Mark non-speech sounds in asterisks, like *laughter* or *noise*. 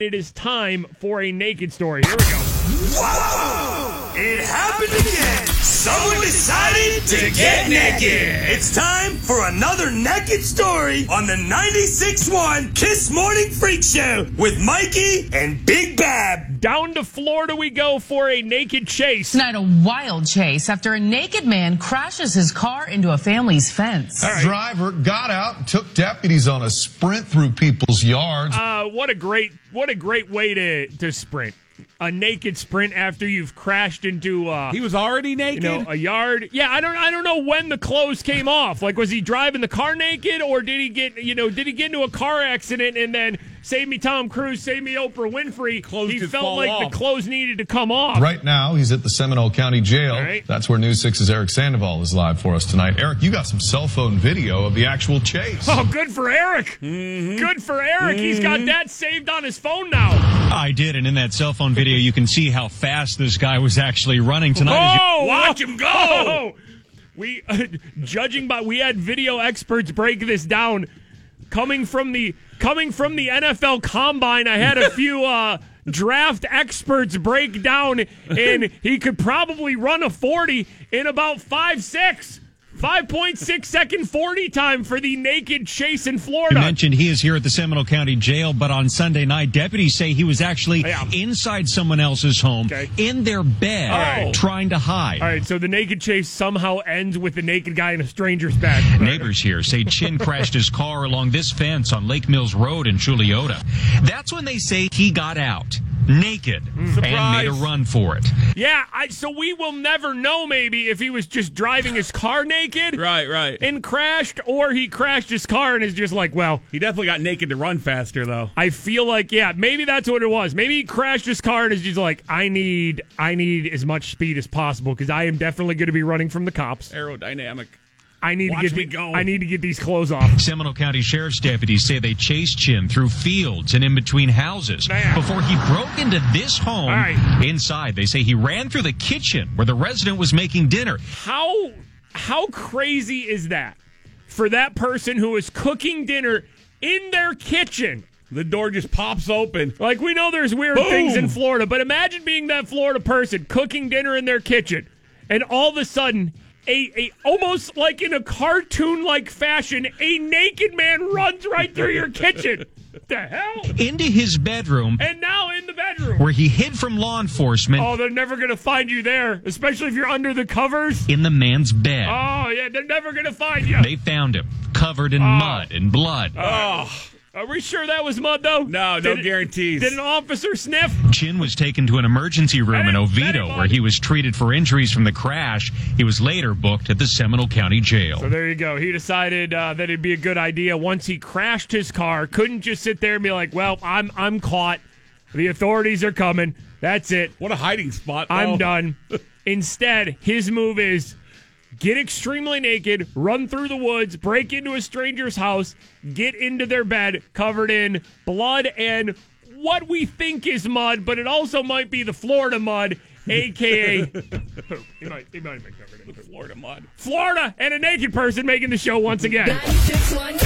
It is time for a naked story. Here we go. Whoa! It happened again. Someone decided to get naked. It's time for another naked story on the 96.1 Kiss Morning Freak Show with Mikey and Big Bab. Down to Florida we go for a naked chase. Tonight, a wild chase after a naked man crashes his car into a family's fence. driver got out, took deputies on a sprint through people's yards. Uh, what a great what a great way to to sprint. A naked sprint after you've crashed into uh He was already you naked. know a yard. Yeah, I don't I don't know when the clothes came off. Like was he driving the car naked or did he get you know did he get into a car accident and then save me Tom Cruise, save me Oprah Winfrey. Clothes he did felt fall like off. the clothes needed to come off. right now, he's at the Seminole County Jail. All right. That's where News 6's Eric Sandoval is live for us tonight. Eric, you got some cell phone video of the *laughs* actual chase. Oh, good for Eric. Mm-hmm. Good for Eric. He's got that saved on his phone now. I did, and in that cell phone video, you can see how fast this guy was actually running tonight. As Oh, Watch him go. Oh. We *laughs* judging by we had video experts break this down coming from the coming from the NFL combine. I *laughs* had a few uh draft experts break down and he could probably run a 40 in about 5 6 5.6 second 40 time for the naked chase in you Florida. mentioned he is here at the Seminole County Jail, but on Sunday night, deputies say he was actually Yeah. inside someone else's home, Okay. in their bed, right. trying to hide. All right, so the naked chase somehow ends with the naked guy in a stranger's bag. *laughs* Neighbors here say Chin crashed his car along this fence on Lake Mills Road in Chuliota. That's when they say he got out naked and made a Surprise. run for it. Yeah, I, so we will never know maybe if he was just driving his car naked Right, right. and crashed, or he crashed his car and is just like, well, he definitely got naked to run faster, though. I feel like yeah, maybe that's what it was. Maybe he crashed his car and is just like, I need, I need as much speed as possible because I am definitely going to be running from the cops. Aerodynamic. I need Watch to get me the- go. I need to get these clothes off. Seminole County Sheriff's deputies say they chased Chin through fields and in between houses Man. before he broke into this home. All right. Inside, they say he ran through the kitchen where the resident was making dinner. how how crazy is that for that person who is cooking dinner in their kitchen? The door just pops open. Like we know there's weird Boom. things in Florida, but imagine being that Florida person cooking dinner in their kitchen, and all of a sudden, a, a almost like in a cartoon like fashion, a naked man runs right through your *laughs* kitchen. the hell! Into his bedroom And now in the bedroom. where he hid from law enforcement Oh, they're never gonna find you there, especially if you're under the covers. in the man's bed. Oh yeah, they're never gonna find you. They found him covered in mud and blood. Oh, Are we sure that was mud though? no, no Did it- guarantees. Did an officer sniff? Chin was taken to an emergency room in Medic- Oviedo medic where he was treated for injuries from the crash. He was later booked at the Seminole County Jail. So there you go. He decided uh, that it'd be a good idea once he crashed his car. Couldn't just sit there and be like, "Well, I'm I'm caught. The authorities are coming. That's it. what a hiding spot. Oh. I'm though. done." Instead, his move is get extremely naked, run through the woods, break into a stranger's house, get into their bed covered in blood and what we think is mud, but it also might be the Florida mud, aka it might it might have been covered in Florida mud. Florida and a naked person making the show once again. 961